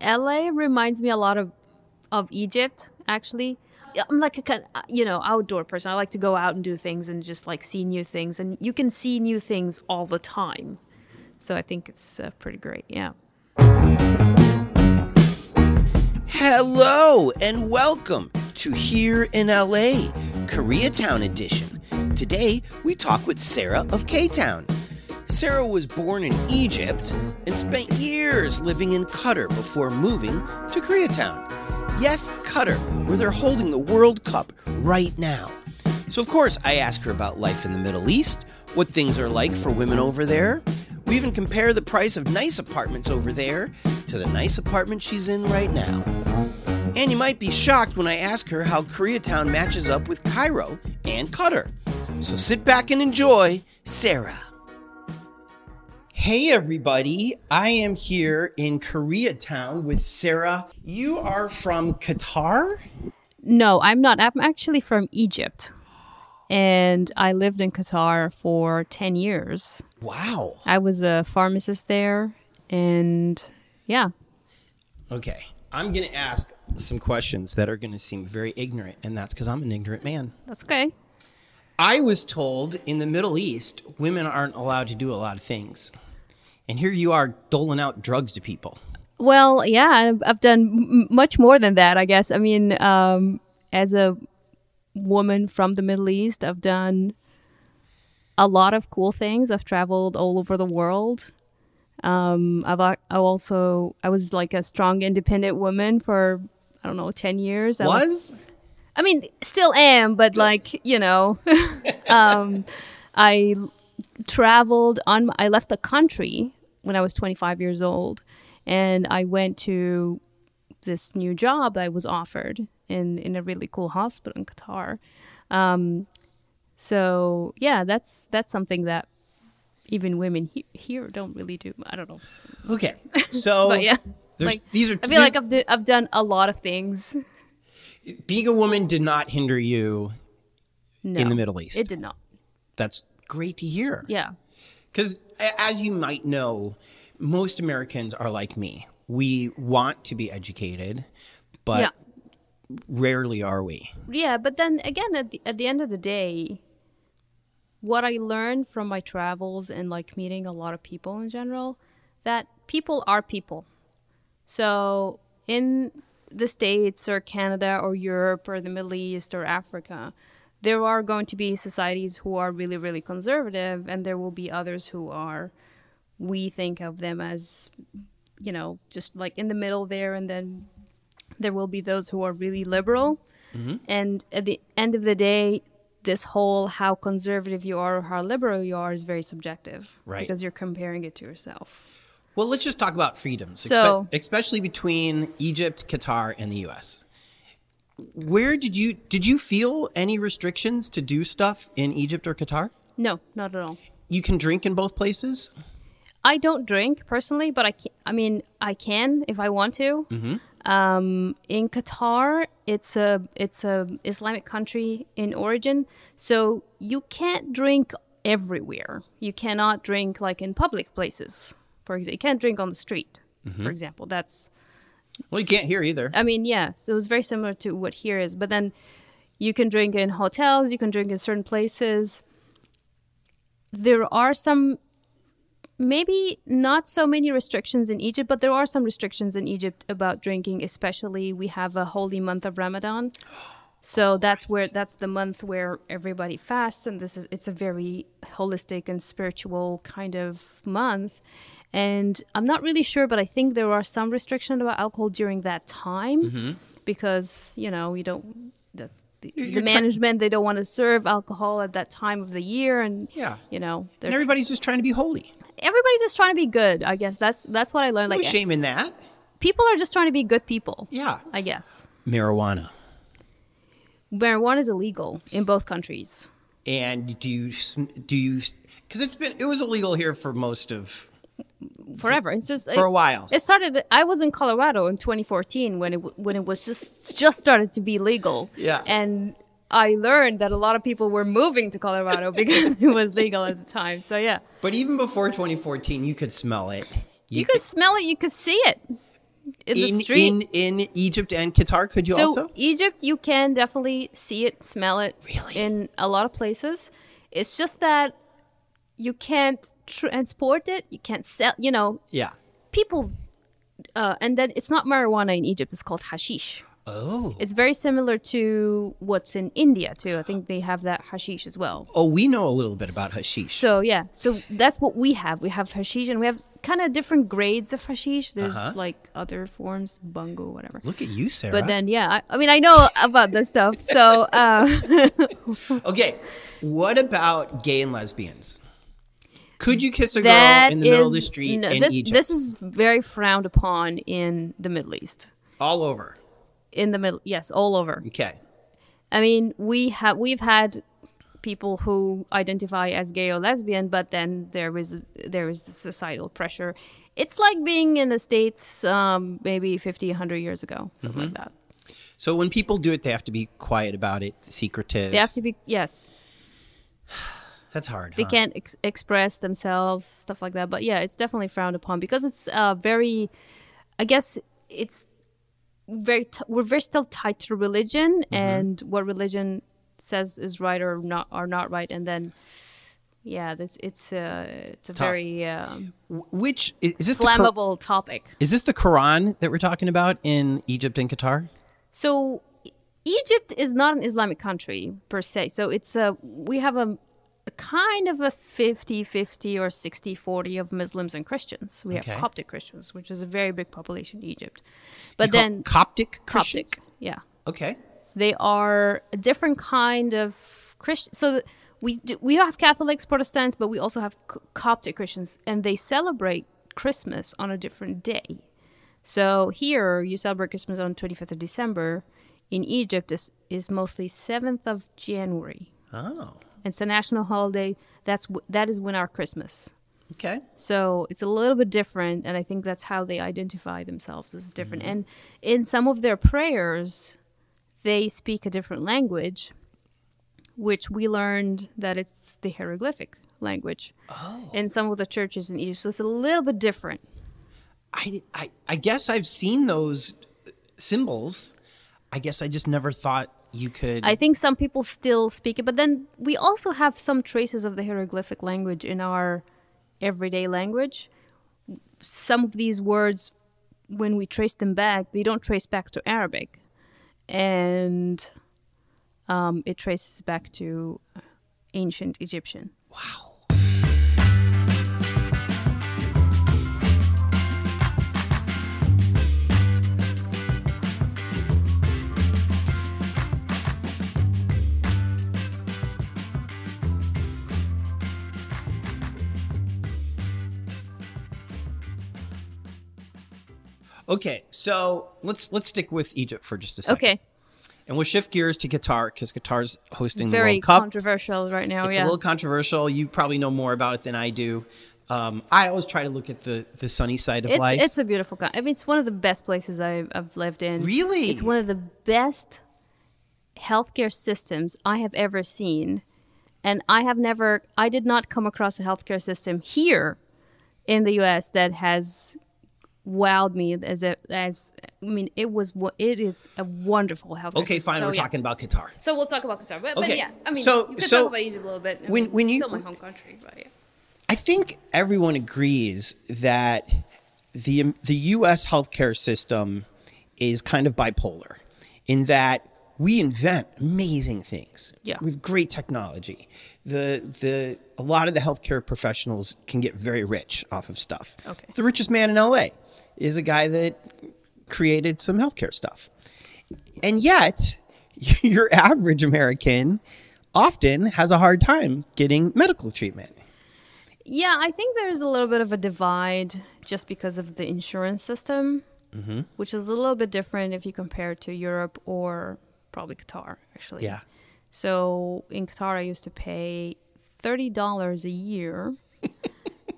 LA reminds me a lot of of Egypt actually. I'm like a kind you know outdoor person. I like to go out and do things and just like see new things and you can see new things all the time. So I think it's uh, pretty great. Yeah. Hello and welcome to Here in LA, Koreatown edition. Today we talk with Sarah of K Town. Sarah was born in Egypt and spent years living in Qatar before moving to Koreatown. Yes, Qatar, where they're holding the World Cup right now. So, of course, I ask her about life in the Middle East, what things are like for women over there. We even compare the price of nice apartments over there to the nice apartment she's in right now. And you might be shocked when I ask her how Koreatown matches up with Cairo and Qatar. So sit back and enjoy Sarah. Hey, everybody. I am here in Koreatown with Sarah. You are from Qatar? No, I'm not. I'm actually from Egypt. And I lived in Qatar for 10 years. Wow. I was a pharmacist there and yeah. Okay. I'm going to ask some questions that are going to seem very ignorant, and that's because I'm an ignorant man. That's okay. I was told in the Middle East, women aren't allowed to do a lot of things. And here you are doling out drugs to people. Well, yeah, I've- I've done m- much more than that, I guess. I mean, um, as a woman from the Middle East, I've done a lot of cool things. I've traveled all over the world. Um, I've al- I also I was like a strong, independent woman for I don't know ten years. I Was? I mean, still am, but like you know, um, I l- traveled on. my- I left the country when I was 25 years old, and I went to this new job I was offered in in a really cool hospital in Qatar. Um, so yeah, that's that's something that even women he- here don't really do. I don't know, Okay. So, but yeah. there's- like, these are I feel like I've, do, I've done a lot of things. being a woman did not hinder you No, in the Middle East. it did not. That's great to hear. Yeah, Because as you might know, most Americans are like me. We want to be educated, but yeah. rarely are we. Yeah, but then again, at the, at the end of the day, what I learned from my travels and like meeting a lot of people in general, that people are people. So in the States or Canada or Europe or the Middle East or Africa, there are going to be societies who are really, really conservative, and there will be others who are, we think of them as, you know, just like in the middle there, and then there will be those who are really liberal. And at the end of the day, this whole how conservative you are or how liberal you are is very subjective. Right. Because you're comparing it to yourself. Well, let's just talk about freedoms, expe- So- especially between Egypt, Qatar, and the U.S. Where did you did you feel any restrictions to do stuff in Egypt or Qatar? No, not at all. You can drink in both places. I don't drink personally, but I can, I mean, I can if I want to. Um, in Qatar, it's a it's a Islamic country in origin, so you can't drink everywhere. You cannot drink like in public places. For example, you can't drink on the street. For example, that's Well, you can't hear either. I mean, yeah. So it's very similar to what here is, but then you can drink in hotels, you can drink in certain places. There are some, maybe not so many restrictions in Egypt, but there are some restrictions in Egypt about drinking. Especially, we have a holy month of Ramadan, so that's where that's the month where everybody fasts, and this is it's a very holistic and spiritual kind of month. And I'm not really sure, but I think there are some restrictions about alcohol during that time Mm-hmm. because you know you don't the, the, the you're try- management they don't want to serve alcohol at that time of the year, and Yeah. you know and they're, everybody's just trying to be holy. everybody's just trying to be good. I guess that's that's what I learned. No Like shame in that. people are just trying to be good people. Yeah. I guess Marijuana. marijuana is illegal in both countries. And do you sm- do you? Because it's been it was illegal here for most of forever. It's just For a while. It started. I was in Colorado in 2014 when it w- when it was just just started to be legal. Yeah. and I learned that a lot of people were moving to Colorado because it was legal at the time. So yeah, But even before 2014, you could smell it. you could smell it, you could see it. in the in, street. in in Egypt and Qatar? Could you so also? Egypt, you can definitely see it, smell it Really? in a lot of places. It's just that you can't transport it. You can't sell. You know, Yeah. people. Uh, and then it's not marijuana in Egypt. It's called hashish. Oh. It's very similar to what's in India too. I think they have that hashish as well. Oh, we know a little bit about hashish. So yeah, so that's what we have. We have hashish, and we have kind of different grades of hashish. There's like other forms, bungo, whatever. Uh-huh. Look at you, Sarah. But then yeah, I, I mean I know about this stuff. So uh, okay, what about gay and lesbians? Could you kiss a girl that in the middle of the is- street no, in this, Egypt? This is very frowned upon in the Middle East. All over. In the middle, yes, all over. Okay. I mean, we have we've had people who identify as gay or lesbian, but then there is there is the societal pressure. It's like being in the states um, maybe 50, 100 years ago, Mm-hmm. something like that. So when people do it, they have to be quiet about it, secretive. They have to be yes, That's hard. they huh? can't ex- express themselves, stuff like that. But yeah, it's definitely frowned upon because it's uh, very, I guess it's very t- we're very still tied to religion and what religion says is right or not are not right, and then yeah, that's it's uh, it's, a tough. very um Wh- Which i- is this? The Qur- flammable topic. is this the Quran that we're talking about in Egypt and Qatar? So E- Egypt is not an Islamic country per se. So it's a we have a, a kind of a 50-50 or 60-40 of Muslims and Christians. We Okay. have Coptic Christians, which is a very big population in Egypt. But You call- then Coptic Christians. Coptic, yeah. Okay. They are a different kind of Christian. So th- we do, we have Catholics, Protestants, but we also have C- Coptic Christians and they celebrate Christmas on a different day. So here you celebrate Christmas on 25th of December. In Egypt, is is mostly 7th of January. Oh. It's a national holiday. That's w- that is when our Christmas. Okay. So it's a little bit different, and I think that's how they identify themselves as different. And in some of their prayers, they speak a different language, which we learned that it's the hieroglyphic language Oh. in some of the churches in Egypt. So it's a little bit different. I, I I guess I've seen those symbols. I guess I just never thought you could. I think some people still speak it, but then we also have some traces of the hieroglyphic language in our everyday language. Some of these words, when we trace them back, they don't trace back to Arabic, and um, it traces back to uh, ancient Egyptian. wow. Okay, so let's let's stick with Egypt for just a second, Okay, and we'll shift gears to Qatar because Qatar's hosting the very World Cup. controversial right now. It's yeah, a little controversial. You probably know more about it than I do. Um, I always try to look at the, the sunny side of it's life. it's a beautiful. Con- I mean, it's one of the best places I've, I've lived in. Really? it's one of the best healthcare systems I have ever seen, and I have never. I did not come across a healthcare system here in the U.S. that has wowed me as a as. I mean, it was wo- it is a wonderful healthcare. okay, system. fine. So, we're yeah. talking about Qatar. So we'll talk about Qatar, but, but Okay, yeah, I mean, so- you could so talk about Egypt a little bit. I when- mean, when it's you- still my home country, but yeah. I think everyone agrees that the the U.S. healthcare system is kind of bipolar, in that we invent amazing things. Yeah. we have great technology. The the a lot of the healthcare professionals can get very rich off of stuff. Okay. the richest man in L.A. is a guy that created some healthcare stuff, and yet your average American often has a hard time getting medical treatment. Yeah, I think there's a little bit of a divide just because of the insurance system, which is a little bit different if you compare it to Europe or probably Qatar, actually. Yeah. So in Qatar, I used to pay $30 a year,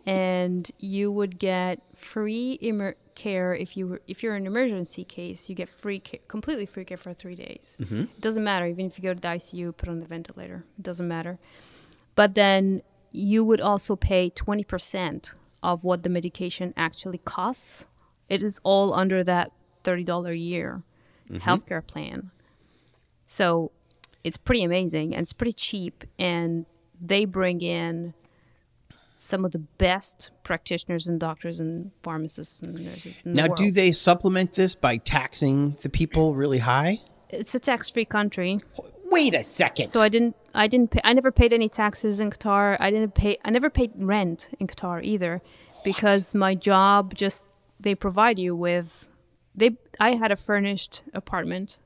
and you would get free emer- care if you were, if you're an emergency case, you get free care, completely free care for three days. It doesn't matter, even if you go to the ICU, put on the ventilator, it doesn't matter. But then you would also pay 20% of what the medication actually costs It is all under that $30 a year Mm-hmm. healthcare plan. So it's pretty amazing and it's pretty cheap. And they bring in some of the best practitioners and doctors and pharmacists and nurses. In Now, the world. do they supplement this by taxing the people really high? It's a tax free country. Wait a second. So I didn't I didn't pay I never paid any taxes in Qatar. I didn't pay I never paid rent in Qatar either because my job just they provide you with they I had a furnished apartment.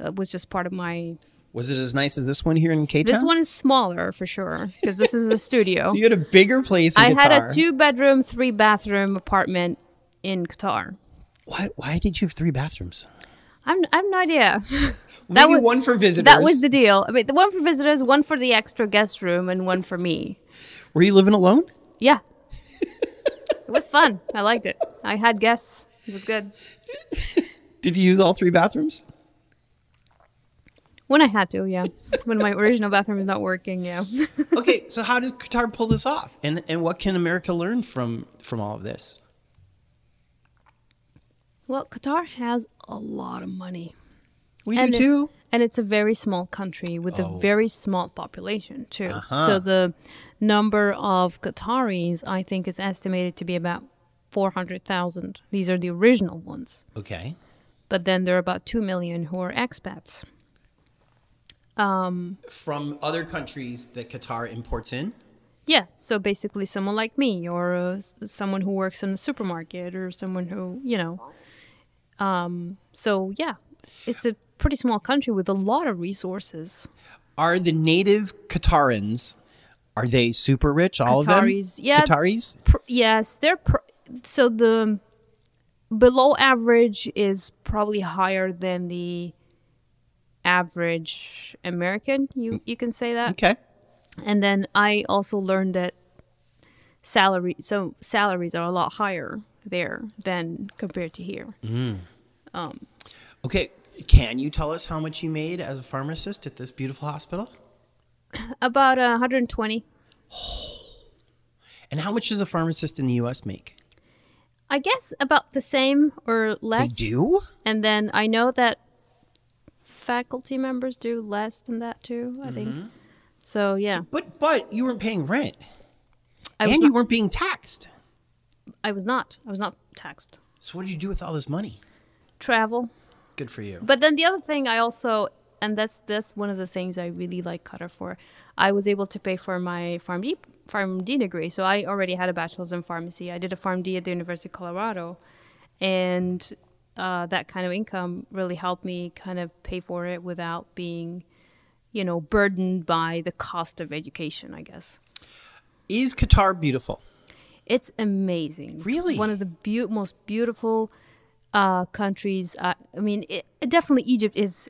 It was just part of my was it as nice as this one here in Cape This one is smaller for sure because this is a studio. So you had a bigger place. In I had a Qatar. two bedroom, three bathroom apartment in Qatar. Why? Why did you have three bathrooms? I'm I have no idea. Maybe was- one for visitors. that was the deal. I mean, the one for visitors, one for the extra guest room, and one for me. Were you living alone? Yeah. it was fun. I liked it. I had guests. It was good. Did you use all three bathrooms? When I had to, yeah. When my original bathroom is not working, yeah. okay, so how does Qatar pull this off, and and what can America learn from from all of this? well, Qatar has a lot of money. We And do it- too. And it's a very small country with Oh. Uh-huh. a very small population, too. So the number of Qataris, I think, is estimated to be about 400,000. These are the original ones. Okay. But then there are about 2 million who are expats. From other countries that Qatar imports in. Yeah, so basically someone like me or uh, s- someone who works in a supermarket or someone who, you know. Um, so yeah, it's a pretty small country with a lot of resources. Are the native Qatarans? Are they super rich? All Qataris, of them. yeah. Qataris. Pr- yes, they're pr- so the below average is probably higher than the average American. You you can say that. Okay. And then I also learned that salary so salaries are a lot higher there than compared to here. Okay. Can you tell us how much you made as a pharmacist at this beautiful hospital? About uh, 120. And how much does a pharmacist in the U.S. make? I guess about the same or They less. do. And then I know that faculty members do less than that too, I Mm-hmm. think. So yeah, But but you weren't paying rent, I was and not, you weren't being taxed. I was not I was not taxed. So what did you do with all this money? Travel Good for you. But then the other thing I also, and that's that's one of the things I really like Qatar for. I was able to pay for my PharmD PharmD degree, so I already had a bachelor's in pharmacy. I did a PharmD at the University of Colorado, and uh, that kind of income really helped me kind of pay for it without being, you know, burdened by the cost of education. I guess Is Qatar beautiful? it's amazing. It's Really? one of the beau- most beautiful uh, countries. Uh, I mean, it, definitely Egypt is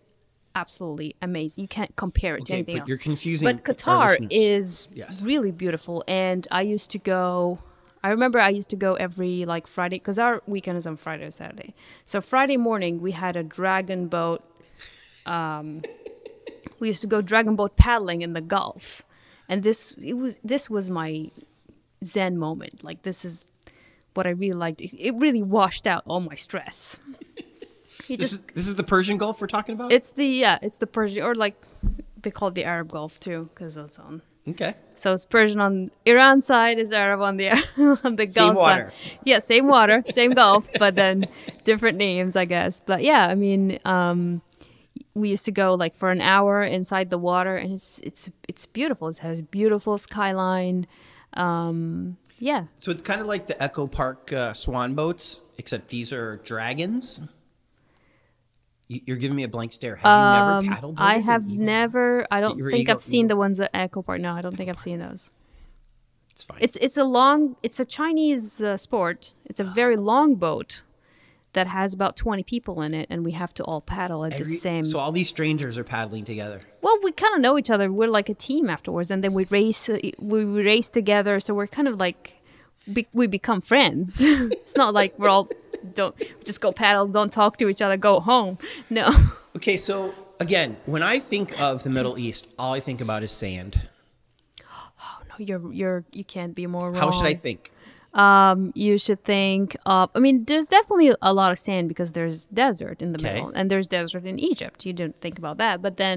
absolutely amazing. You can't compare it to Okay, anything but else. you're confusing But our Qatar listeners. is Yes. really beautiful, and I used to go. I remember I used to go every like Friday because our weekend is on Friday or Saturday. So Friday morning we had a dragon boat um, we used to go dragon boat paddling in the gulf and this it was this was my zen moment like this is what i really liked it, it really washed out all my stress you This just is this is the Persian Gulf we're talking about. it's the yeah it's the persian or like they call it the arab gulf too because it's on okay. so it's persian on iran side is arab on the on the Same gulf water. side yeah same water same gulf but then different names i guess but yeah i mean um we used to go like for an hour inside the water and it's it's it's beautiful it has beautiful skyline um yeah So it's kind of like the Echo Park uh, swan boats, except these are dragons. You- You're giving me a blank stare. Have you never paddled? Um, i boated an have eagle? never i don't Your think eagle- i've seen the ones at echo park no i don't think i've seen those It's fine. it's it's a long it's a chinese uh, sport it's a very long boat that has about 20 people in it and we have to all paddle at Every- the same So all these strangers are paddling together. well we kind of know each other we're like a team afterwards and then we race uh, we race together so we're kind of like be- we become friends it's not like we're all don't just go paddle don't talk to each other go home no Okay, so again, when I think of the Middle East, all I think about is sand. no you're you're you can't be more wrong How should I think? um, you should think of. I mean, there's definitely a lot of sand because there's desert in the Okay. middle, and there's desert in Egypt. You didn't think about that, but then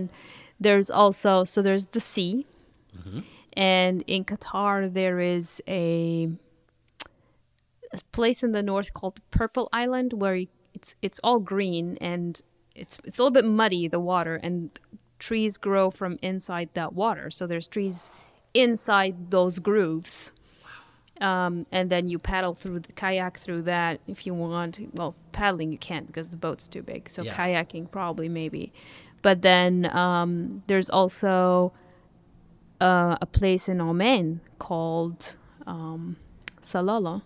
there's also so there's the sea, and in Qatar there is a, a place in the north called Purple Island where you, it's it's all green and it's it's a little bit muddy the water and trees grow from inside that water. So there's trees inside those grooves um, and then you paddle through the kayak through that if you want. Well, paddling you can't because the boat's too big. So Yeah. kayaking probably maybe, but then um, there's also uh, a place in Oman called um, Salalah,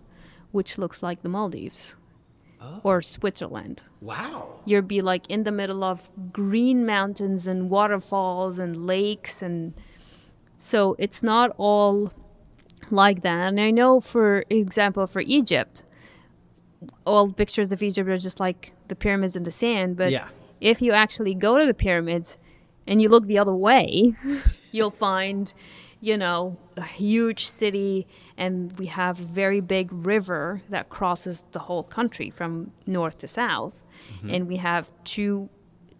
which looks like the Maldives or Switzerland. Wow. You'd be like in the middle of green mountains and waterfalls and lakes and so it's not all like that. And I know for example for Egypt, all pictures of Egypt are just like the pyramids in the sand, but Yeah. if you actually go to the pyramids and you look the other way, you'll find you know a huge city and we have a very big river that crosses the whole country from north to south and we have two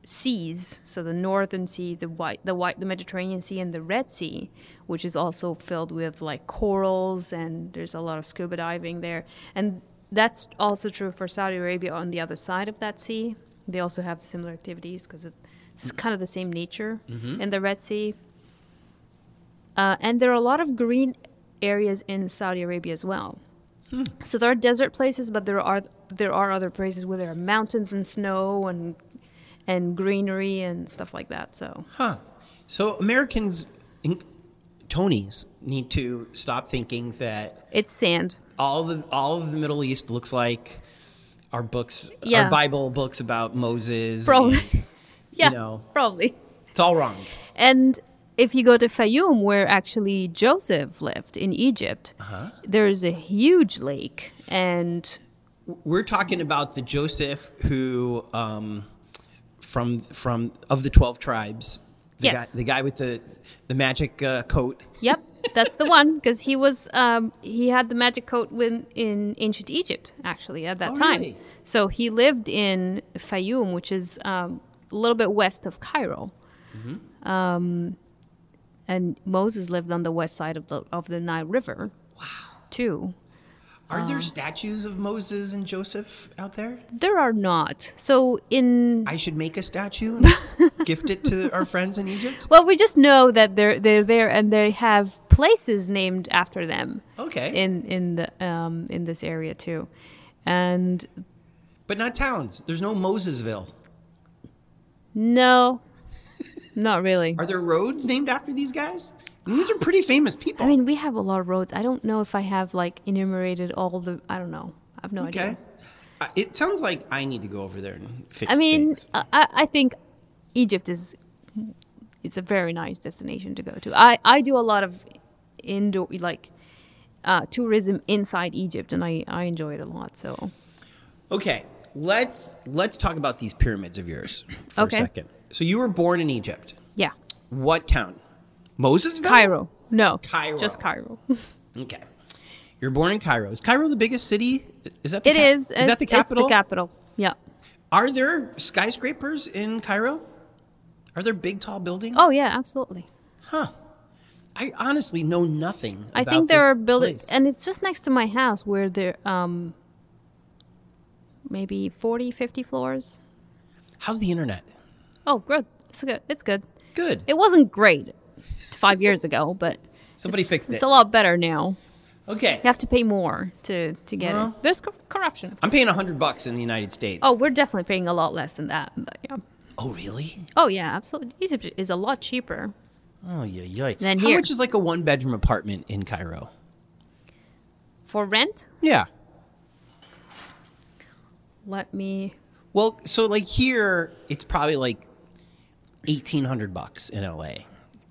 seas so the northern sea the white the white the mediterranean sea and the red sea which is also filled with like corals and there's a lot of scuba diving there and that's also true for saudi arabia on the other side of that sea they also have similar activities because it's kind of the same nature in the red sea uh, and there are a lot of green areas in Saudi Arabia as well. So there are desert places, but there are there are other places where there are mountains and snow and and greenery and stuff like that. So Huh. So Americans, in, Tonys, need to stop thinking that it's sand. all the all of the Middle East looks like our books, Yeah. our Bible books about Moses. Probably. and Yeah, know. probably. it's all wrong. And if you go to Fayoum, where actually Joseph lived in Egypt, there's a huge lake and We're talking about the Joseph who, um, from from of the twelve tribes. The Yes. Guy, the guy with the the magic uh, coat. Yep, that's the one because he was um, he had the magic coat when in ancient Egypt actually at that Oh, time. really? So he lived in Fayoum, which is um, a little bit west of Cairo. Mm-hmm. Um, and Moses lived on the west side of the of the Nile River. Wow. Too. Are Um, there statues of Moses and Joseph out there? There are not. So in I should make a statue and gift it to our friends in Egypt. well, we just know that they're they're there and they have places named after them. Okay, in in the um, in this area too, and but not towns. There's no Mosesville. no, not really. Are there roads named after these guys? I mean, these are pretty famous people. I mean, we have a lot of roads. I don't know if I have like enumerated all the. I don't know. I have no okay. idea. Uh, it sounds like I need to go over there and fix I mean, things. I, I I think Egypt is it's a very nice destination to go to. I I do a lot of indoor like uh, tourism inside Egypt, and I I enjoy it a lot. So Okay, let's let's talk about these pyramids of yours for Okay. a second. So you were born in Egypt. yeah, What town? Mosesville. Cairo. No, Cairo. Just Cairo. Okay. You're born in Cairo. Is Cairo the biggest city? Is that the It ca- is. Is it's- that the capital? It's the capital. Yeah. Are there skyscrapers in Cairo? Are there big tall buildings? Oh yeah, absolutely. Huh. I honestly know nothing. I about think there this are buildings, place. and it's just next to my house where there um maybe 40, 50 floors. How's the internet? Oh, good. It's good. It's good. Good. It wasn't great five years ago, but Somebody it's- fixed It's it. a lot better now. Okay. You have to pay more to to get Well. it. There's co- corruption. I'm paying a hundred bucks in the United States. Oh, we're definitely paying a lot less than that. But yeah. Oh, really? Oh yeah, absolutely. Egypt is a lot cheaper. Oh, yeah, yeah. Then How here. much is like a one bedroom apartment in Cairo? For rent, Yeah. let me Well, so like here, it's probably like eighteen hundred bucks in LA.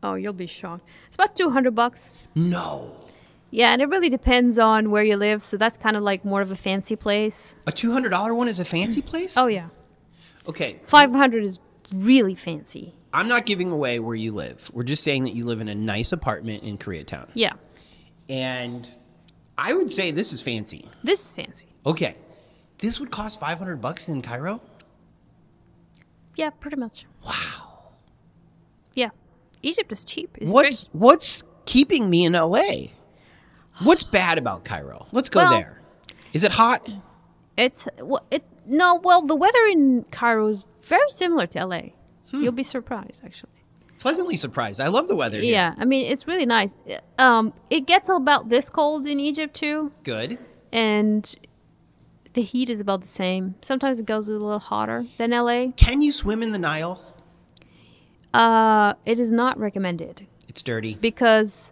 Oh, you'll be shocked. It's about 200 bucks. No, Yeah, and it really depends on where you live. So that's kind of like more of a fancy place. a two hundred dollar one is a fancy place. Oh yeah, Okay, five hundred is really fancy. I'm not giving away where you live. We're just saying that you live in a nice apartment in Koreatown. Yeah, and I would say this is fancy. This is fancy. Okay. This would cost 500 bucks in Cairo? Yeah, pretty much. Wow. Yeah. Egypt is cheap. It's What's great. what's keeping me in LA? What's bad about Cairo? Let's go Well- there. Is it hot? It's well, it no, well, the weather in Cairo is very similar to LA. Hmm. You'll be surprised actually. Pleasantly surprised. I love the weather here. Yeah, I mean, it's really nice. Um it gets about this cold in Egypt too, Good. and the heat is about the same. Sometimes it goes a little hotter than LA. Can you swim in the Nile? Uh it is not recommended It's dirty. because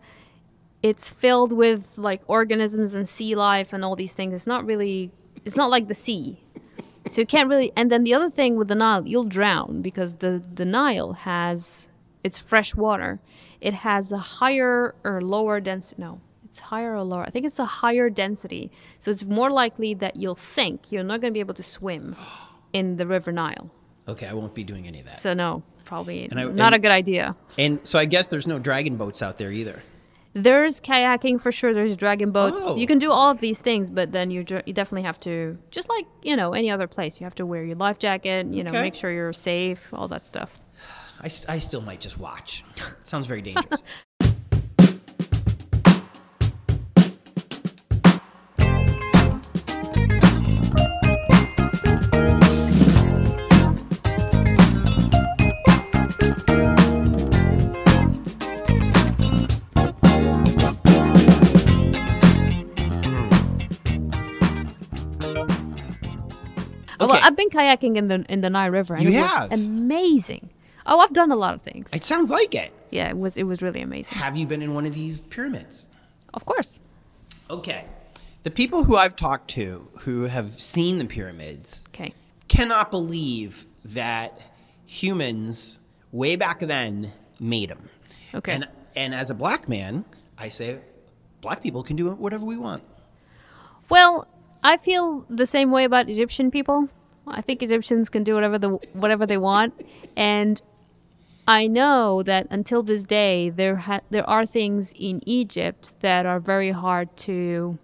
it's filled with like organisms and sea life and all these things. It's not really, it's not like the sea. So you can't really. And then the other thing with the Nile, you'll drown because the, the Nile has, it's fresh water. It has a higher or lower density. No, it's higher or lower. I think it's a higher density. So it's more likely that you'll sink. You're not going to be able to swim in the River Nile. Okay, I won't be doing any of that. So no, probably I- not and- a good idea. And so I guess there's no dragon boats out there either. There's kayaking for sure. There's dragon boat. Oh. You can do all of these things, but then you, dr- you definitely have to, just like you know any other place, you have to wear your life jacket. You know, Okay. make sure you're safe, all that stuff. I, s- I still might just watch. Sounds very dangerous. Oh, Well, Okay. I've been kayaking in the in the Nile River. And You it was have? amazing. Oh, I've done a lot of things. it sounds like it. yeah, it was it was really amazing. Have you been in one of these pyramids? Of course. Okay. The people who I've talked to who have seen the pyramids Okay. cannot believe that humans way back then made them. Okay. And and as a black man, I say black people can do whatever we want. Well, I feel the same way about Egyptian people. I think Egyptians can do whatever the whatever they want, and I know that until this day there ha- there are things in Egypt that are very hard to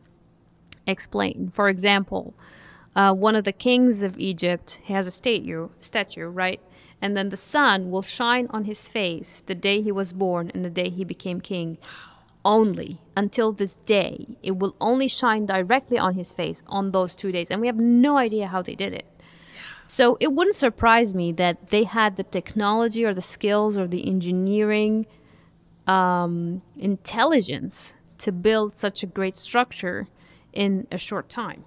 explain. For example, uh, one of the kings of Egypt has a statue, statue, right? And then the sun will shine on his face the day he was born and the day he became king. Only until this day, it will only shine directly on his face on those two days, and we have no idea how they did it. So it wouldn't surprise me that they had the technology or the skills or the engineering um, intelligence to build such a great structure in a short time.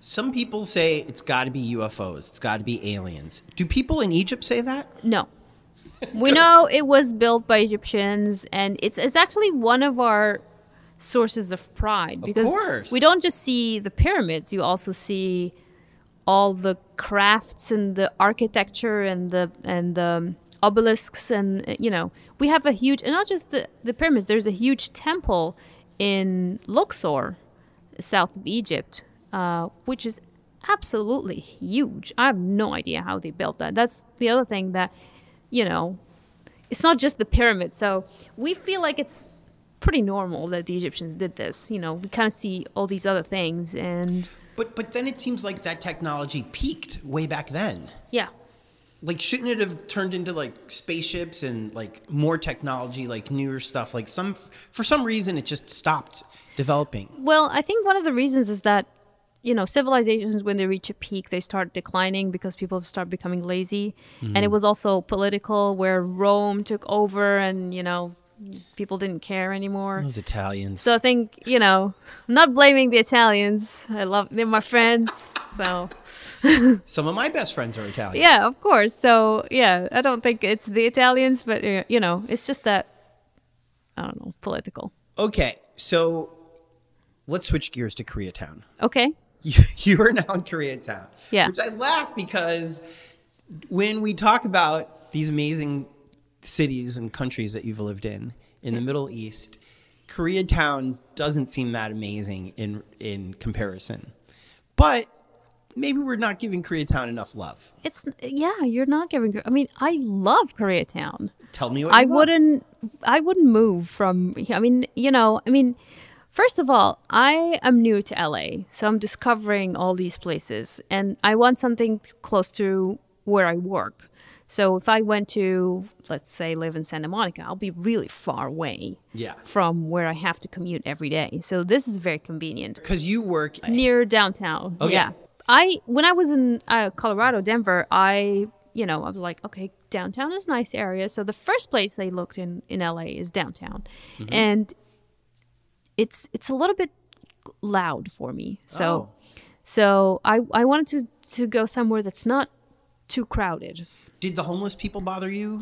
Some people say it's got to be UFOs, it's got to be aliens. Do people in Egypt say that? No. We know it was built by Egyptians, and it's, it's actually one of our sources of pride because course. we don't just see the pyramids, you also see all the crafts and the architecture and the and the obelisks and uh, you know we have a huge and not just the, the pyramids there's a huge temple in luxor south of egypt uh, which is absolutely huge i have no idea how they built that that's the other thing that you know it's not just the pyramids so we feel like it's pretty normal that the egyptians did this you know we kind of see all these other things and But but then it seems like that technology peaked way back then. yeah Like shouldn't it have turned into like spaceships and like more technology, like newer stuff? Like some for some reason it just stopped developing. Well, I think one of the reasons is that you know civilizations when they reach a peak they start declining because people start becoming lazy and it was also political where rome took over and you know people didn't care anymore Those Italians. so i think you know I'm not blaming the italians i love they're my friends so Some of my best friends are Italian. yeah of course so yeah i don't think it's the italians but uh, you know it's just that i don't know political Okay, so let's switch gears to Koreatown. okay You, you are now in Koreatown. Yeah. Which I laugh because when we talk about these amazing cities and countries that you've lived in in the Middle East, Koreatown doesn't seem that amazing in in comparison. But maybe we're not giving Koreatown enough love. it's yeah you're not giving i mean i love koreatown Tell me what I you love. wouldn't. I wouldn't move from. I mean, you know. I mean, First of all, I am new to LA, so I'm discovering all these places and I want something close to where I work. So if I went to, let's say, live in Santa Monica, I'll be really far away Yeah. from where I have to commute every day. So this is very convenient Because you work. near downtown. Okay. Yeah. I when I was in uh, Colorado, Denver, I you know I was like, okay, downtown is a nice area. So the first place I looked in in LA is downtown, and it's it's a little bit loud for me. So so I I wanted to to go somewhere that's not too crowded. Did the homeless people bother you?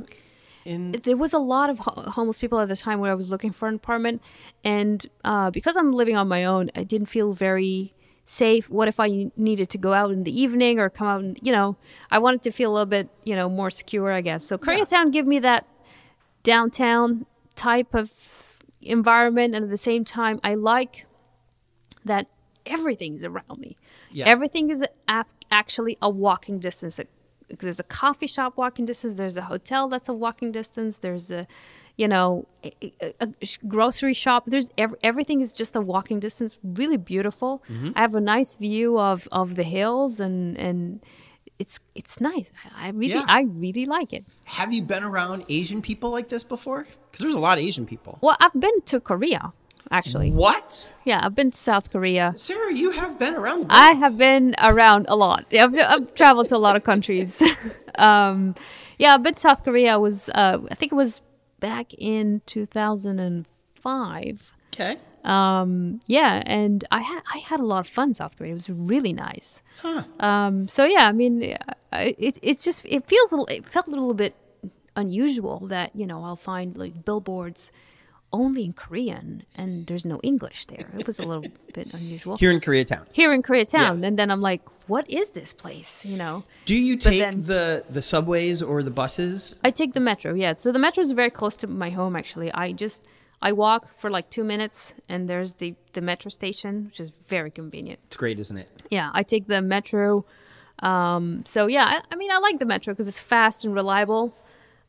In There was a lot of ho- homeless people at the time when I was looking for an apartment, and uh, because I'm living on my own, I didn't feel very safe. What if I needed to go out in the evening or come out? And, you know, I wanted to feel a little bit, you know, more secure, I guess. So Koreatown gave me that downtown type of environment, and at the same time, I like that everything's around me. Yeah. Everything is a- actually a walking distance. There's a coffee shop walking distance. There's a hotel that's a walking distance. There's a, you know, a, a- a sh- grocery shop. There's ev- everything is just a walking distance. Really beautiful. Mm-hmm. I have a nice view of of the hills and and it's it's nice. I I really Yeah. I really like it. have you been around Asian people like this before? Because there's a lot of Asian people. Well, I've been to Korea actually. Mm-hmm. What? Yeah, I've been to South Korea. Sarah, you have been around the I have been around a lot. Yeah, I've, I've traveled to a lot of countries. um, yeah, but South Korea was, uh, I think it was back in 2005. Okay. Um, yeah, and I, ha- I had a lot of fun in South Korea. It was really nice. Huh. Um, so yeah, I mean, I- it it's just it feels a, li- it felt a little bit unusual that you know I'll find like billboards only in Korean and there's no English there. It was a little bit unusual Here in Koreatown. here in Koreatown. Yeah. And then I'm like, what is this place? You know, Do you take then- the the subways or the buses? I take the metro. Yeah. So the metro is very close to my home, actually. I just, I walk for like two minutes and there's the, the metro station, which is very convenient. It's great, isn't it? Yeah. I take the metro. Um, so yeah, I, I mean, I like the metro because it's fast and reliable,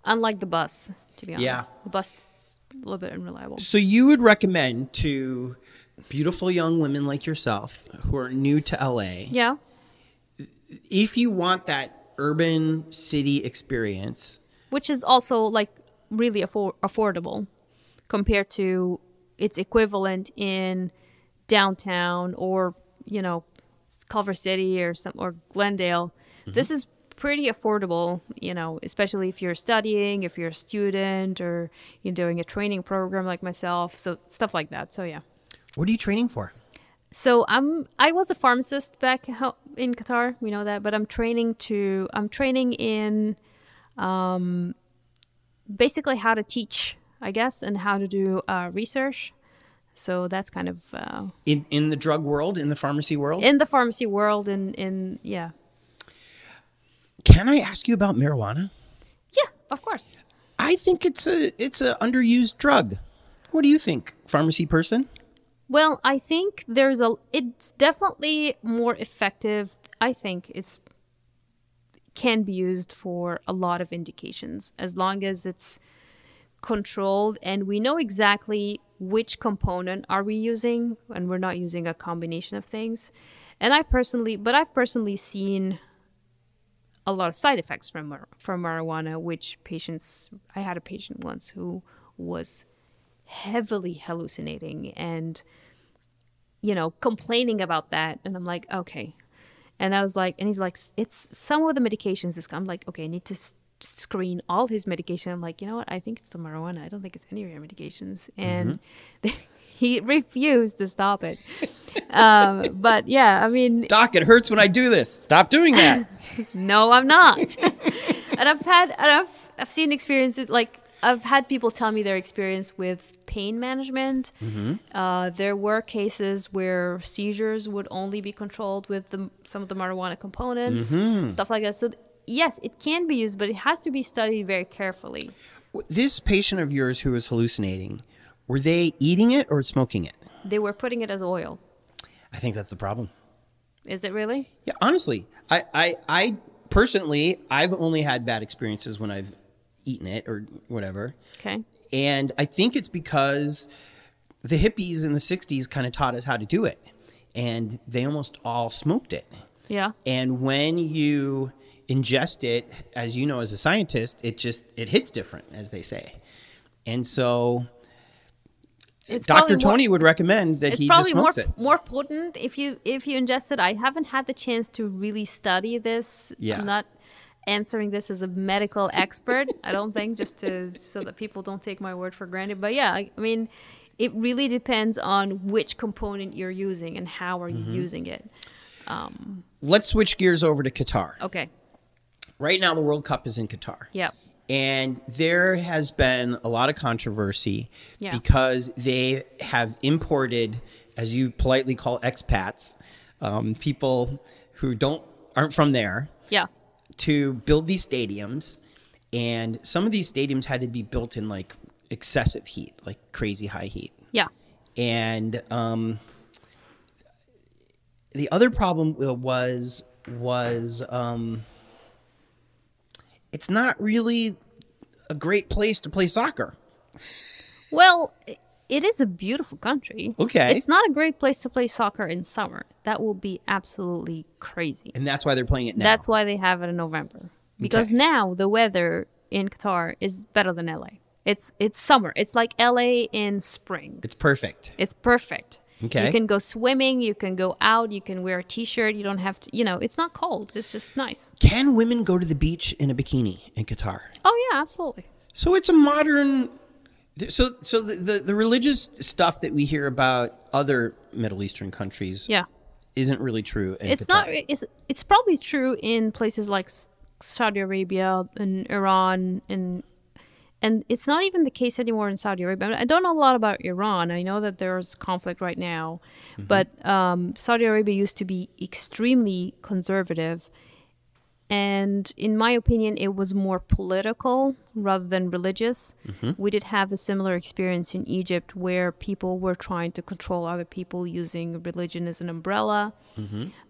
unlike the bus, to be honest. Yeah. The bus is a little bit unreliable. So you would recommend to beautiful young women like yourself who are new to LA, Yeah. if you want that urban city experience, which is also like really affor- affordable compared to its equivalent in downtown or you know Culver City or some or Glendale. This is pretty affordable, you know, especially if you're studying, if you're a student or you're doing a training program like myself, so stuff like that. So yeah. what are you training for? So I'm I was a pharmacist back ho- in Qatar. We know that, but I'm training to I'm training in um, basically how to teach, I guess, and how to do uh, research. So that's kind of uh, In in the drug world, in the pharmacy world? in the pharmacy world. In in yeah Can I ask you about marijuana? yeah of course. I think it's a it's a underused drug. What do you think, pharmacy person? Well, I think there's a. It's definitely more effective. I think it's can be used for a lot of indications as long as it's controlled and we know exactly which component are we using and we're not using a combination of things and i personally but i've personally seen a lot of side effects from mar- from marijuana which patients i had a patient once who was heavily hallucinating and you know complaining about that and i'm like okay and i was like and he's like "S- it's some of the medications is i'm like okay i need to s- screen all his medication i'm like you know what i think it's the marijuana i don't think it's any of your medications and he refused to stop it um, but yeah i mean Doc, it hurts when I do this. Stop doing that. no i'm not and i've had and i've i've seen experiences like i've had people tell me their experience with pain management uh, there were cases where seizures would only be controlled with the, some of the marijuana components stuff like that so th- yes it can be used but it has to be studied very carefully this patient of yours who was hallucinating, were they eating it or smoking it? they were putting it as oil I think that's the problem. is it really Yeah, honestly, I, I, I personally, I've only had bad experiences when I've eaten it or whatever. okay And I think it's because the hippies in the 60s kind of taught us how to do it, and they almost all smoked it. Yeah. And when you ingest it, as you know as a scientist, it just it hits different, as they say. And so It's Dr. probably more- Tony would recommend that it's he just probably more smokes it. more potent if you if you ingest it. I haven't had the chance to really study this. Yeah. I'm not answering this as a medical expert. I don't think just to so that people don't take my word for granted. But yeah, I, I mean, it really depends on which component you're using and how are you Mm-hmm. using it. Let's switch gears over to Qatar. Okay. Right now the World Cup is in Qatar. Yep. And there has been a lot of controversy Yeah. because they have imported, as you politely call expats, um, people who don't aren't from there Yeah. to build these stadiums. And some of these stadiums had to be built in like excessive heat, like crazy high heat. Yeah. And um, the other problem was was um, it's not really a great place to play soccer. Well, i- it is a beautiful country. Okay. It's not a great place to play soccer in summer. That will be absolutely crazy. And that's why they're playing it now. That's why they have it in November because Okay. now the weather in Qatar is better than LA. It's it's summer. It's like LA in spring. it's perfect. It's perfect. Okay. You can go swimming, you can go out, you can wear a t-shirt, you don't have to, you know, it's not cold. It's just nice. Can women go to the beach in a bikini in Qatar? Oh yeah, absolutely. So it's a modern. So so the, the, the religious stuff that we hear about other Middle Eastern countries Yeah. isn't really true. In It's Qatar. not it's it's probably true in places like S- Saudi Arabia and Iran and and it's not even the case anymore in Saudi Arabia. I don't know a lot about Iran. I know that there's conflict right now, Mm-hmm. but um, Saudi Arabia used to be extremely conservative, and in my opinion, it was more political rather than religious. Mm-hmm. We did have a similar experience in Egypt where people were trying to control other people using religion as an umbrella.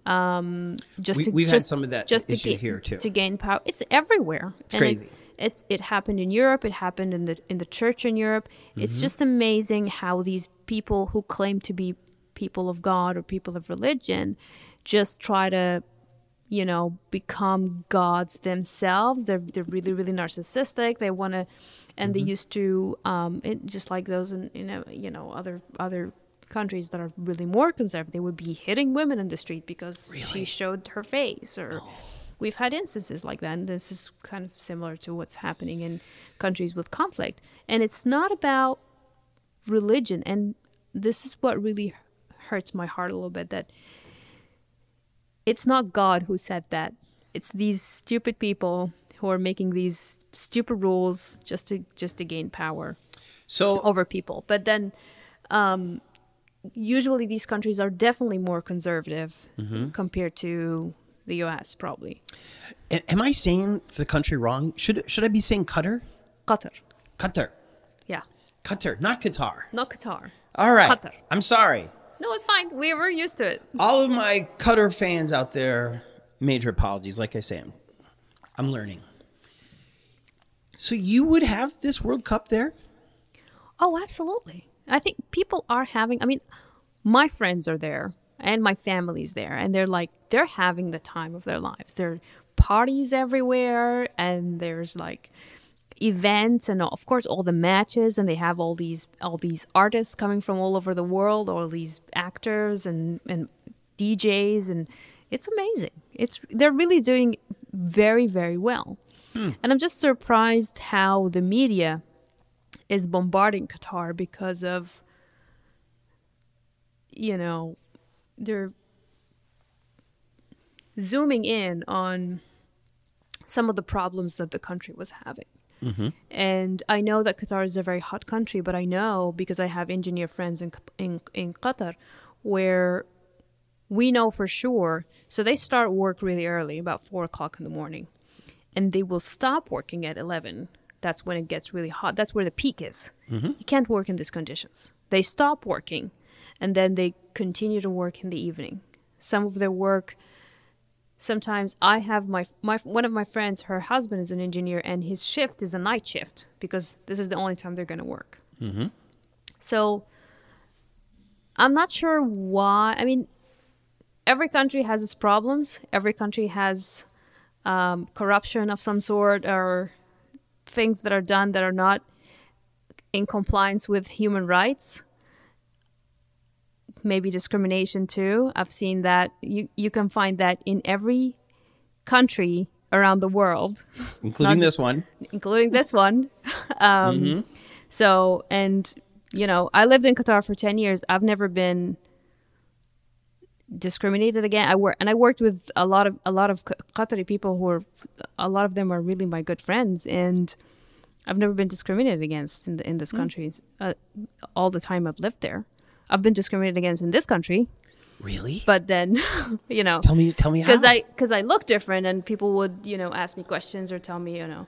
Um, just to, Mm-hmm. We- we've had just, some of that just to issue ga- here, too. To gain power, it's everywhere. It's crazy. It, it happened in Europe. It happened in the in the church in Europe. Mm-hmm. It's just amazing how these people who claim to be people of God or people of religion just try to you know become gods themselves they're, they're really really narcissistic they want to and they used to um it, just like those in you know you know other other countries that are really more conservative they would be hitting women in the street because she showed her face or we've had instances like that and this is kind of similar to what's happening in countries with conflict and it's not about religion and this is what really hurts my heart a little bit that it's not God who said that. It's these stupid people who are making these stupid rules just to just to gain power So over people. But then, um, usually these countries are definitely more conservative compared to the U.S. Probably a- am I saying the country wrong? Should should I be saying Qatar? Qatar, Qatar, yeah, Qatar, not Qatar. not Qatar. All right. Qatar. I'm sorry. No, it's fine. We were used to it. All of my Qatar fans out there, major apologies. Like I say, I'm, I'm learning. So you would have this World Cup there? Oh, absolutely. I think people are having, I mean, my friends are there and my family's there, and they're like, they're having the time of their lives. There are parties everywhere, and there's like, events and of course all the matches and they have all these all these artists coming from all over the world all these actors and and DJs and it's amazing it's they're really doing very very well and i'm just surprised how the media is bombarding Qatar because of you know they're zooming in on some of the problems that the country was having. And I know that Qatar is a very hot country, but I know because I have engineer friends in Qat- in, in Qatar where we know for sure. So they start work really early, about four o'clock in the morning, and they will stop working at 11. That's when it gets really hot. That's where the peak is. You can't work in these conditions. They stop working and then they continue to work in the evening. Some of their work sometimes I have my my one of my friends, her husband is an engineer, and his shift is a night shift because this is the only time they're going to work. So I'm not sure why. I mean, every country has its problems. Every country has um, corruption of some sort or things that are done that are not in compliance with human rights. Maybe discrimination too. I've seen that. You you can find that in every country around the world, including this one. including this one. um, Mm-hmm. So and you know, I lived in Qatar for ten years. I've never been discriminated again. I work and I worked with a lot of a lot of Q- Qatari people who are a lot of them are really my good friends, and I've never been discriminated against in the, in this Mm-hmm. country. Uh, all the time I've lived there, I've been discriminated against in this country, Really? but then you know, tell me, tell me how. because I because I look different, and people would you know ask me questions or tell me you know,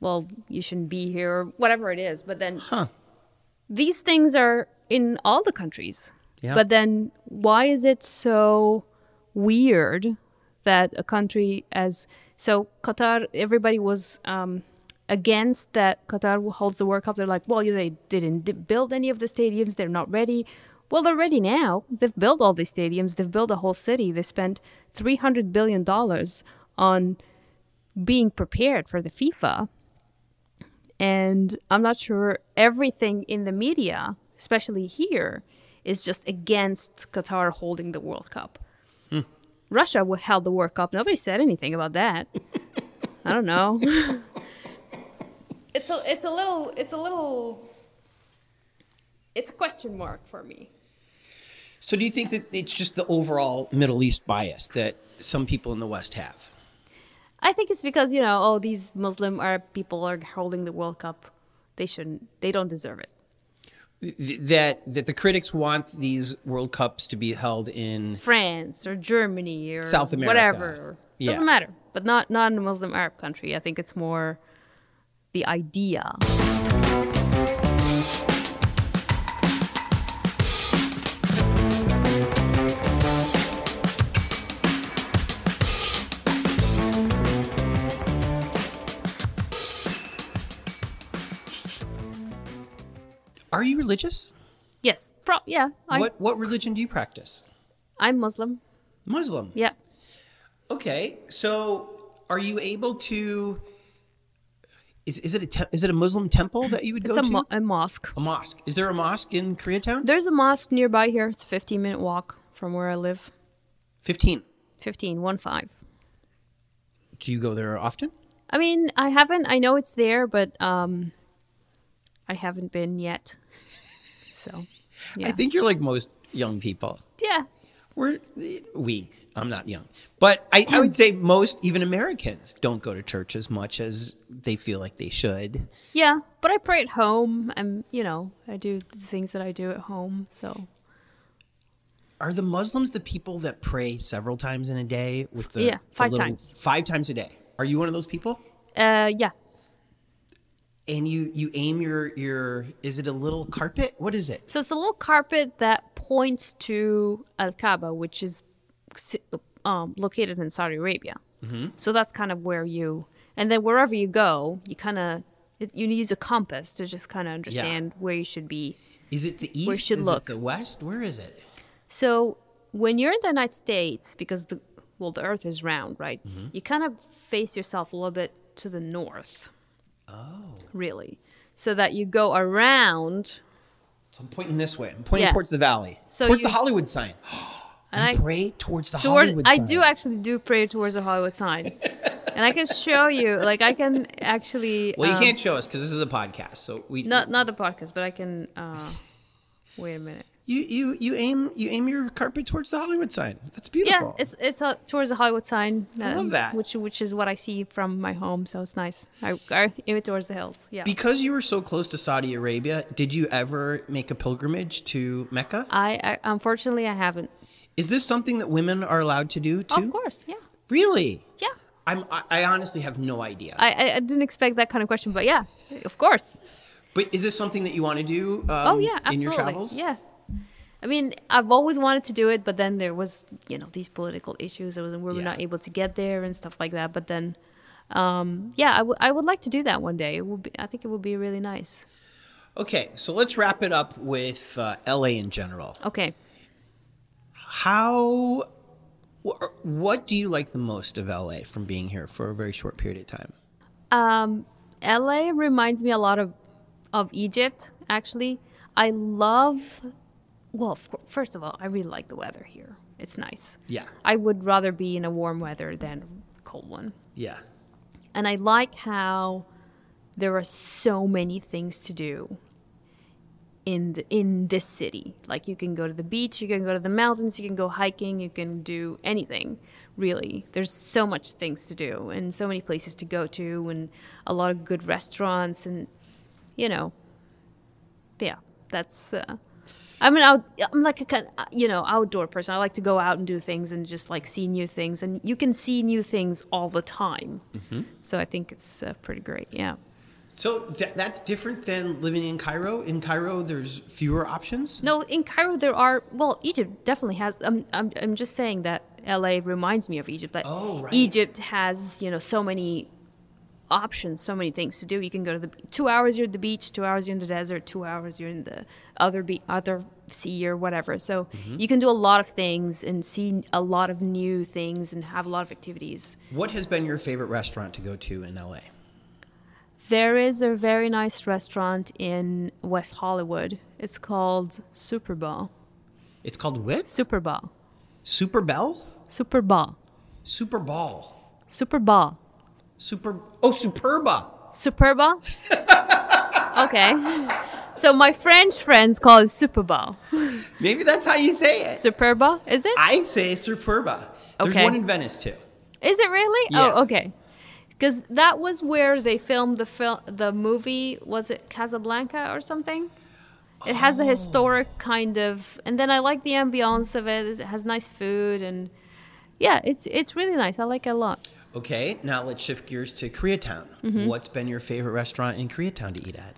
well you shouldn't be here or whatever it is. But then huh? these things are in all the countries. Yeah. But then why is it so weird that a country as so Qatar, everybody was um, against that Qatar holds the World Cup. They're like, well, they didn't d- build any of the stadiums. They're not ready. Well, they're ready now. They've built all these stadiums. They've built a whole city. They spent three hundred billion dollars on being prepared for the FIFA and I'm not sure everything in the media, especially here, is just against Qatar holding the World Cup. Russia w- held the World Cup. Nobody said anything about that. I don't know. it's a it's a little it's a little it's a question mark for me. So do you think that it's just the overall Middle East bias that some people in the West have? I think it's because you know, oh, these Muslim Arab people are holding the World Cup. They shouldn't. They don't deserve it. Th- that that the critics want these World Cups to be held in France or Germany or South America. whatever. Yeah. Doesn't matter. But not not in a Muslim Arab country. I think it's more the idea. Are you religious? Yes. Pro- yeah. I, what what religion do you practice? I'm Muslim. Muslim. Yeah. Okay. So are you able to is, is it a te- is it a Muslim temple that you would go It's a, to? mo- a mosque. a mosque. Is there a mosque in Koreatown? There's a mosque nearby here. It's a 15 minute walk from where I live. 15. 15, one five. Do you go there often? I mean, I haven't. I know it's there, but um, I haven't been yet. So, I yeah. think you're like most young people. yeah. We're we. I'm not young, but I, I would say most even Americans don't go to church as much as they feel like they should. Yeah, but I pray at home. I'm, you know, I do the things that I do at home. So Are the Muslims the people that pray several times in a day with the Yeah, the five little- times. five times a day? Are you one of those people? Uh, yeah. And you you aim your your is it a little carpet? What is it? So it's a little carpet that points to Al Kaaba, which is si- um, located in Saudi Arabia. Mm-hmm. So that's kind of where you, and then wherever you go, you kind of you use a compass to just kind of understand where you should be. Is it the east? Where should is look? it the west? Where is it? So when you're in the United States, because the well, the Earth is round, right? Mm-hmm. You kind of face yourself a little bit to the north. Oh, really, so that you go around. so I'm pointing this way. I'm pointing Yeah. towards the valley. So towards you- the Hollywood sign. And you I, pray towards the toward, Hollywood I sign. do actually do pray towards the Hollywood sign, and I can show you. Like I can actually. Well, you um, can't show us because this is a podcast, so we Not not the podcast, but I can. Uh, wait a minute. You you you aim you aim your carpet towards the Hollywood sign. That's Yeah, beautiful. it's it's uh, towards the Hollywood sign. I love um, that. Which which is what I see from my home, so it's nice. I, I aim it towards the hills. Yeah. because you were so close to Saudi Arabia, did you ever make a pilgrimage to Mecca? I, I unfortunately I haven't. Is this something that women are allowed to do too? Of course, yeah, Really? yeah. I'm I, I honestly have no idea. I, I I didn't expect that kind of question, but yeah, of course. but is this something that you want to do? Um, Oh yeah, absolutely. In your travels? Yeah. I mean, I've always wanted to do it, but then there was, you know, these political issues. It was, we were Yeah. not able to get there and stuff like that. But then, um, yeah, I, w- I would like to do that one day. It would be, I think it would be really nice. Okay, so let's wrap it up with uh, LA in general. Okay. How, wh- what do you like the most of LA from being here for a very short period of time? Um, LA reminds me a lot of of Egypt. Actually, I love. Well, of cour- first of all, I really like the weather here. It's nice. Yeah. I would rather be in a warm weather than a cold one. Yeah. And I like how there are so many things to do in the, in this city. Like you can go to the beach, you can go to the mountains, you can go hiking, you can do anything. Really, there's so much things to do and so many places to go to and a lot of good restaurants and you know, yeah, that's. Uh, I'm an out. I'm like a kind, uh, you know, outdoor person. I like to go out and do things and just like see new things. And you can see new things all the time. So I think it's uh, pretty great. Yeah. So th- that's different than living in Cairo. In Cairo, there's fewer options. No, in Cairo there are. Well, Egypt definitely has. I'm. I'm. I'm just saying that LA reminds me of Egypt. That Oh, right. Egypt has you know so many options, so many things to do. You can go to the two hours you're at the beach, two hours you're in the desert, two hours you're in the other be, other sea or whatever. So Mm-hmm. you can do a lot of things and see a lot of new things and have a lot of activities. What has been your favorite restaurant to go to in LA? There is a very nice restaurant in West Hollywood. It's called Super Ball. It's called what? Super Ball. Super Bell? Super Ball. Super Ball. Superba. Super. Oh, Superba. Superba? okay. So my French friends call it Superba. Maybe that's how you say it. Superba, is it? I say Superba. There's Okay. one in Venice too. Is it really? Yeah. Oh, okay. Cuz that was where they filmed the fil- the movie was it Casablanca or something? It has a historic kind of and then I like the ambiance of it. It has nice food and yeah, it's it's really nice. I like it a lot. Okay, now let's shift gears to Koreatown. Mm-hmm. What's been your favorite restaurant in Koreatown to eat at?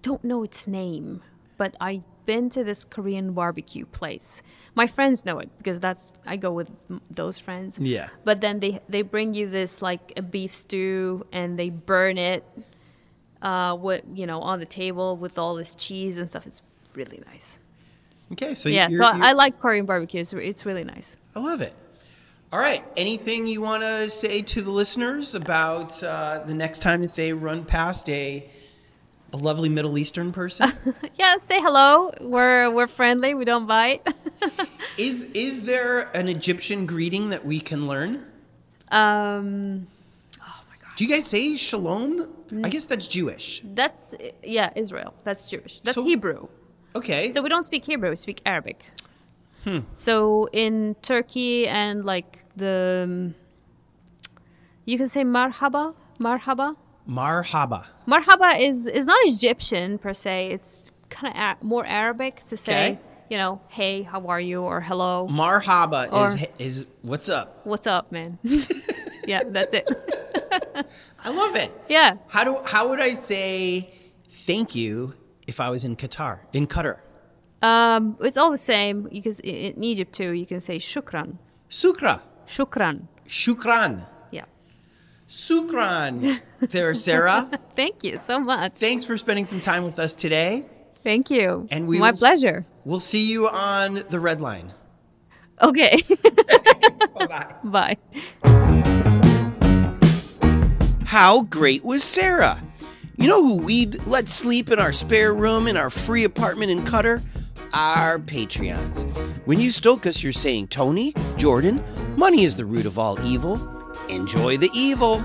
don't know its name, but I've been to this Korean barbecue place. My friends know it because that's I go with m- those friends. Yeah. But then they they bring you this like a beef stew and they burn it, uh, what you know on the table with all this cheese and stuff. It's really nice. Okay, so Yeah. you're- so you're- I like Korean barbecue. It's, it's really nice. I love it. All right. Anything you want to say to the listeners about uh, the next time that they run past a a lovely Middle Eastern person? Yeah. Say hello. We're we're friendly. We don't bite. is is there an Egyptian greeting that we can learn? um. Oh my god. Do you guys say shalom? Mm. I guess that's Jewish. That's yeah Israel. That's Jewish. That's So- Hebrew. Okay. So we don't speak Hebrew, we speak Arabic. Hmm. So in Turkey and like the, um, you can say marhaba, marhaba. marhaba. Marhaba is is not Egyptian per se. It's kind of a- more Arabic to say, Okay. you know, hey, how are you, or hello, Marhaba is Or- is what's up. what's up, man. yeah, that's it. I love it. Yeah. How do how would I say thank you if I was in Qatar? In Qatar. Um, it's all the same. You can in in Egypt too. You can say shukran, Sukra. shukran. Shukran. Yeah. Sukran. There, Sarah. Thank you so much. Thanks for spending some time with us today. Thank you. And we my will s- pleasure. We'll see you on the red line. Okay. Bye bye. Bye. How great was Sarah? You know who we'd let sleep in our spare room in our free apartment in Qatar? Our Patreons. When you stoke us, you're saying, Tony, Jordan, money is the root of all evil. Enjoy the evil.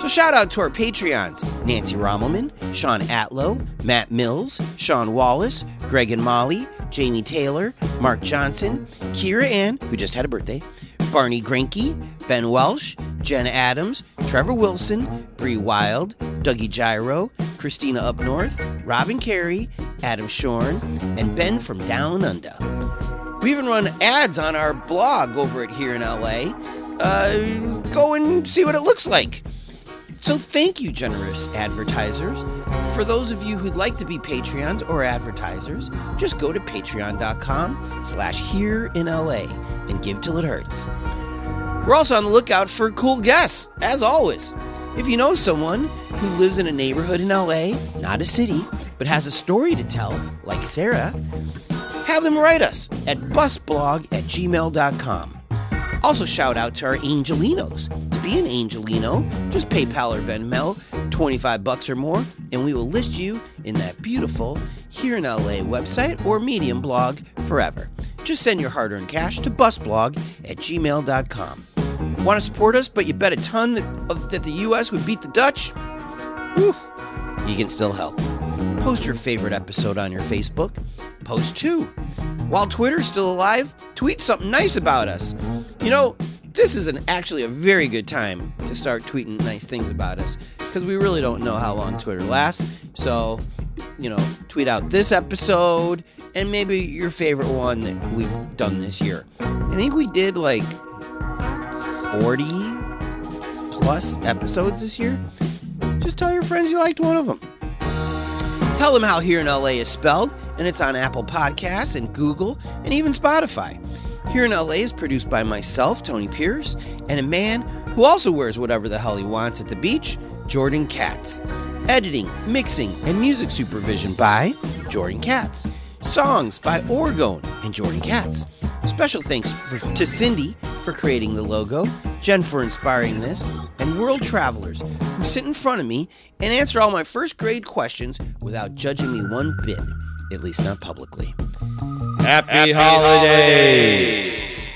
So shout out to our Patreons Nancy Rommelman, Sean Atlow, Matt Mills, Sean Wallace, Greg and Molly, Jamie Taylor, Mark Johnson, Kira Ann, who just had a birthday, Barney Grinke, Ben Welsh, Jen Adams, Trevor Wilson, Bree Wild, Dougie Gyro, Christina Up North, Robin Carey, Adam Shorn, and Ben from Down Under. We even run ads on our blog over at Here in LA. Uh, go and see what it looks like. So thank you, generous advertisers. For those of you who'd like to be Patreons or advertisers, just go to patreon.com slash here in LA and give till it hurts. We're also on the lookout for cool guests, as always. If you know someone who lives in a neighborhood in LA, not a city, but has a story to tell, like Sarah, have them write us at busblog at gmail.com. Also, shout out to our Angelinos. To be an Angelino, just PayPal or Venmo, 25 bucks or more, and we will list you in that beautiful Here in LA website or Medium blog forever. Just send your hard earned cash to busblog at gmail.com. Want to support us, but you bet a ton that, of, that the U.S. would beat the Dutch? Whew, you can still help. Post your favorite episode on your Facebook. Post two. While Twitter's still alive, tweet something nice about us. You know, this is an, actually a very good time to start tweeting nice things about us because we really don't know how long Twitter lasts. So, you know, tweet out this episode and maybe your favorite one that we've done this year. I think we did like 40 plus episodes this year. Just tell your friends you liked one of them. Tell them how Here in LA is spelled, and it's on Apple Podcasts and Google and even Spotify. Here in LA is produced by myself, Tony Pierce, and a man who also wears whatever the hell he wants at the beach, Jordan Katz. Editing, mixing, and music supervision by Jordan Katz. Songs by Orgone and Jordan Katz. Special thanks for, to Cindy for creating the logo, Jen for inspiring this, and world travelers who sit in front of me and answer all my first grade questions without judging me one bit, at least not publicly. Happy, holidays.